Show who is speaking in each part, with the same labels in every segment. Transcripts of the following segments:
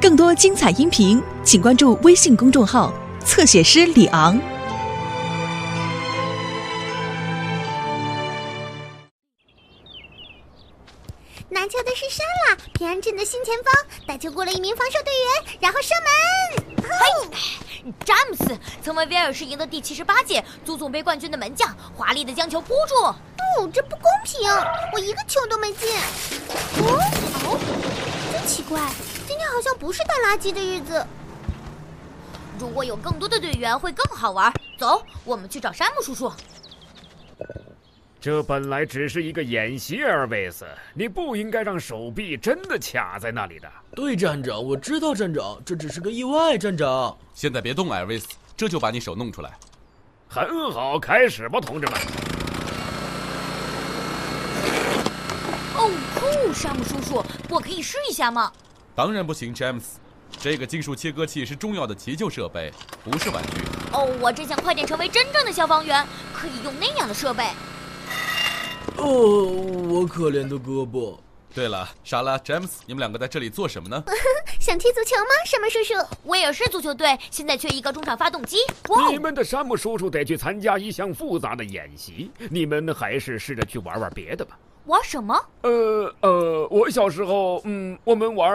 Speaker 1: 更多精彩音频，请关注微信公众号“侧写师李昂”。
Speaker 2: 拿球的是莎拉，平安镇的新前锋，带球过了一名防守队员，然后射门。哦、
Speaker 3: 詹姆斯曾为威尔士赢得第七十八届足总杯冠军的门将，华丽的将球扑住。
Speaker 2: 哦，这不公平！我一个球都没进。哦哦，真奇怪，今天好像不是倒垃圾的日子。
Speaker 3: 如果有更多的队员会更好玩。走，我们去找山姆叔叔。
Speaker 4: 这本来只是一个演习，阿尔维斯，你不应该让手臂真的卡在那里的。
Speaker 5: 对，站长，我知道，站长，这只是个意外，站长。
Speaker 6: 现在别动，艾维斯，这就把你手弄出来。
Speaker 4: 很好，开始吧，同志们。
Speaker 3: 哦酷，山姆叔叔，我可以试一下吗？
Speaker 6: 当然不行詹姆斯。这个金属切割器是重要的急救设备，不是玩具。
Speaker 3: 哦，我真想快点成为真正的消防员，可以用那样的设备。
Speaker 5: 哦，我可怜的胳膊。
Speaker 6: 对了，莎拉、詹姆斯，你们两个在这里做什么呢？
Speaker 2: 想踢足球吗，山姆叔叔？
Speaker 3: 威尔士足球队现在缺一个中场发动机。哦
Speaker 4: 你们的山姆叔叔得去参加一项复杂的演习，你们还是试着去玩玩别的吧。
Speaker 3: 玩什么？
Speaker 4: 呃呃，我小时候，嗯，我们玩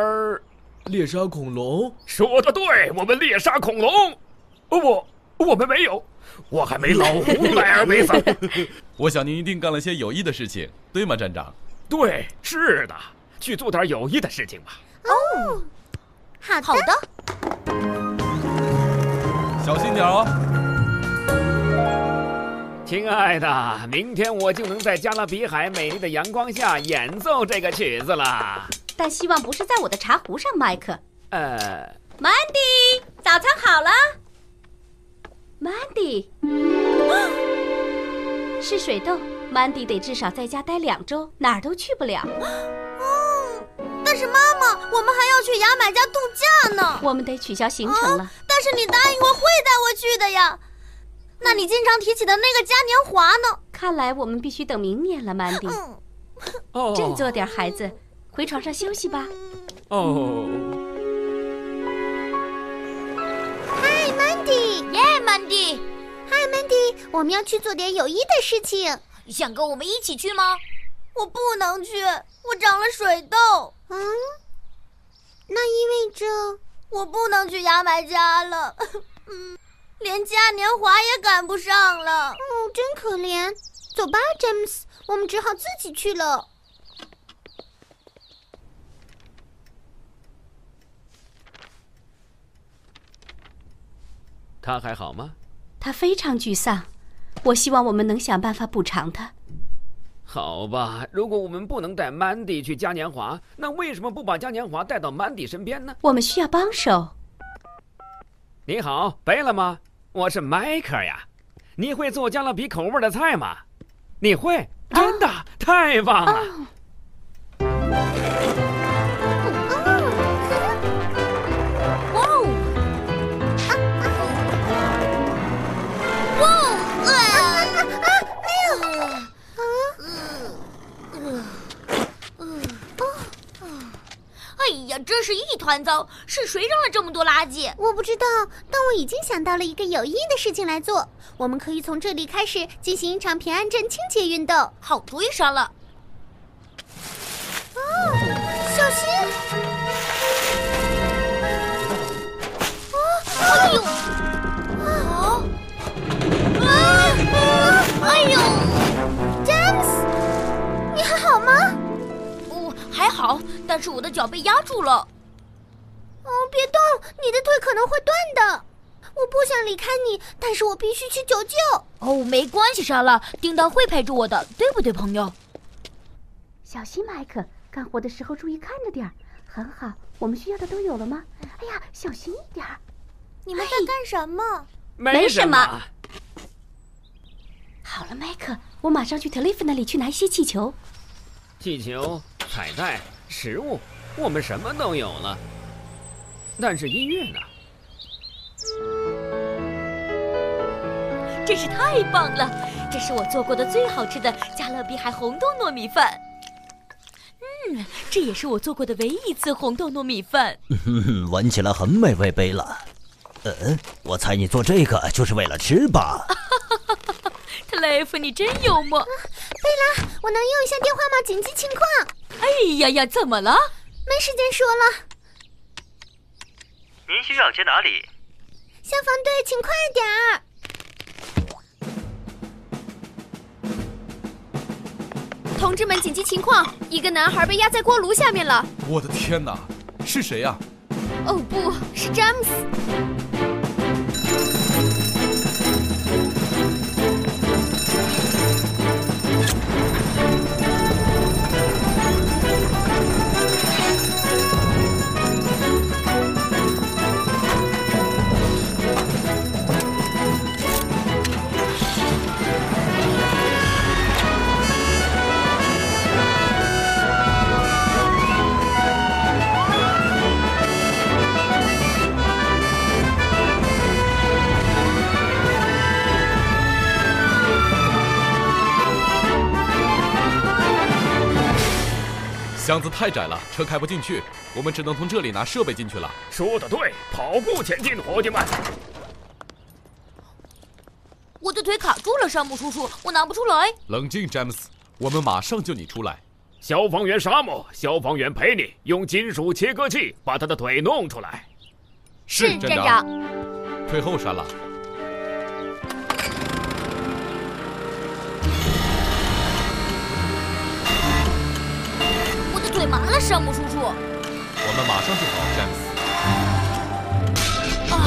Speaker 5: 猎杀恐龙。
Speaker 4: 说的对，我们猎杀恐龙。呃我我们没有，我还没老胡呢，艾尔维斯。
Speaker 6: 我想您一定干了些有益的事情，对吗，站长？
Speaker 4: 对，是的，去做点有益的事情吧。
Speaker 2: 哦，好的。
Speaker 3: 好的，
Speaker 6: 小心点哦。
Speaker 4: 亲爱的，明天我就能在加勒比海美丽的阳光下演奏这个曲子了。
Speaker 3: 但希望不是在我的茶壶上，麦克。
Speaker 4: 呃，
Speaker 3: 曼迪，早餐好了。曼迪，是水痘。曼迪得至少在家待两周，哪儿都去不了。
Speaker 2: 但是妈妈，我们还要去牙买加度假呢。啊
Speaker 3: 我们得取消行程嗯
Speaker 7: 哦
Speaker 3: 了。
Speaker 2: 但是你答应过会带我去的呀。那你经常提起的那个嘉年华呢？
Speaker 3: 看来我们必须等明年了，曼迪。
Speaker 2: 嗯
Speaker 4: 哦，
Speaker 3: 振作点，孩子，回床上休息吧。
Speaker 4: 哦，
Speaker 2: 嗨，曼迪，
Speaker 3: 耶，曼迪，
Speaker 2: 嗨，曼迪，我们要去做点有益的事情。
Speaker 3: 想跟我们一起去吗？
Speaker 2: 我不能去，我长了水痘。嗯，那意味着我不能去牙买加了。 嗯，连嘉年华也赶不上了。哦，真可怜。走吧，詹姆斯，我们只好自己去了。
Speaker 4: 他还好吗？
Speaker 7: 他非常沮丧，我希望我们能想办法补偿他。
Speaker 4: 好吧，如果我们不能带 Mandy 去嘉年华，那为什么不把嘉年华带到 Mandy 身边呢？
Speaker 7: 我们需要帮手。
Speaker 4: 你好，贝了吗？我是迈克呀。你会做加勒比口味的菜吗？你会？真的、太棒了！
Speaker 2: 哦
Speaker 3: 哇哦！哎呀，真是一团糟！是谁扔了这么多垃圾？
Speaker 2: 我不知道，但我已经想到了一个有益的事情来做。我们可以从这里开始进行一场平安镇清洁运动。
Speaker 3: 好主意，莎拉。
Speaker 2: 哦小心！
Speaker 3: 哎呦！啊！啊！哎呦！
Speaker 2: 詹姆斯，你还好吗？
Speaker 3: 哦，还好，但是我的脚被压住了。
Speaker 2: 哦，别动，你的腿可能会断的。我不想离开你，但是我必须去求救。
Speaker 3: 哦，没关系，莎拉，叮当会陪着我的，对不对，朋友？
Speaker 7: 小心，麦克，干活的时候注意看着点儿。很好，我们需要的都有了吗？哎呀，小心一点儿。
Speaker 2: 你们在干什么？
Speaker 4: 没
Speaker 7: 什么。好了，麦克，我马上去 t e l i f 那里去拿一些气球。
Speaker 4: 气球、彩带、食物，我们什么都有了。但是音乐呢？
Speaker 3: 真是太棒了！这是我做过的最好吃的加勒比海红豆糯米饭。
Speaker 8: 嗯，这也是我做过的唯一一次红豆糯米饭。
Speaker 5: 嗯，闻起来很美味贝拉。嗯，我猜你做这个就是为了吃吧？
Speaker 8: 特雷弗，你真幽默。
Speaker 2: 我能用一下电话吗？紧急情况，
Speaker 8: 哎呀呀，怎么了？
Speaker 2: 没时间说了，
Speaker 9: 您需要去哪里？
Speaker 2: 消防队，请快点儿！
Speaker 10: 同志们，紧急情况！一个男孩被压在锅炉下面了。
Speaker 6: 我的天哪，是谁呀、
Speaker 10: 哦，不是詹姆斯。
Speaker 6: 箱子太窄了，车开不进去，我们只能从这里拿设备进去了。
Speaker 4: 说的对，跑步前进，伙计们。
Speaker 8: 我的腿卡住了，山姆叔叔，我拿不出来。
Speaker 6: 冷静，詹姆斯，我们马上救你出来。
Speaker 4: 消防员沙漠，消防员陪你用金属切割器把他的腿弄出来。
Speaker 6: 是站长，退后，山了。
Speaker 8: 我的腿麻了，山姆叔叔。
Speaker 6: 我们马上就好，詹姆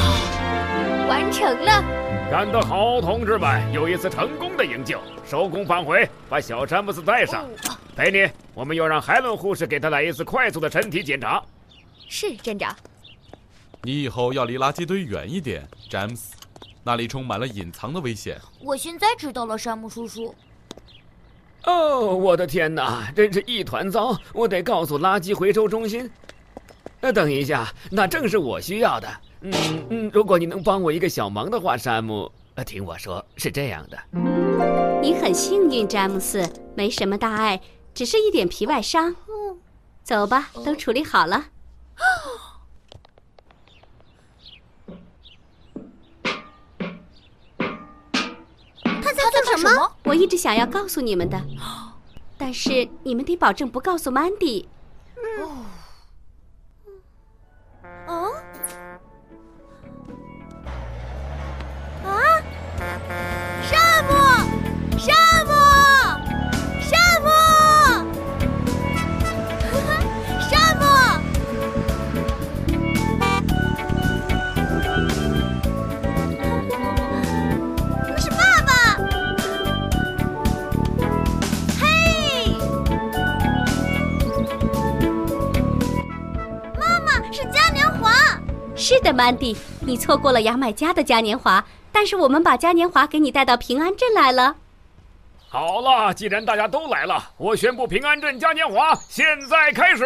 Speaker 6: 斯。
Speaker 10: 完成了，
Speaker 4: 干得好，同志们！又一次成功的营救，收工返回，把小詹姆斯带上。陪你，我们要让海伦护士给他来一次快速的身体检查。
Speaker 10: 是站长。
Speaker 6: 你以后要离垃圾堆远一点，詹姆斯，那里充满了隐藏的危险。
Speaker 8: 我现在知道了，山姆叔叔。
Speaker 4: 哦，我的天哪，真是一团糟！我得告诉垃圾回收中心。呃，等一下，那正是我需要的。嗯嗯，如果你能帮我一个小忙的话，山姆，呃，听我说，是这样的。
Speaker 3: 你很幸运，詹姆斯，没什么大碍，只是一点皮外伤。走吧，都处理好了。
Speaker 2: 他在做什么？
Speaker 3: 我一直想要告诉你们的，但是你们得保证不告诉 Mandy。
Speaker 2: 嗯？啊！山姆，山姆，山姆， 山姆！那是爸爸！嘿，妈妈是嘉年华。
Speaker 3: 是的，Mandy，你错过了牙买加的嘉年华，但是我们把嘉年华给你带到平安镇来了。
Speaker 4: 好了，既然大家都来了，我宣布平安镇嘉年华现在开始。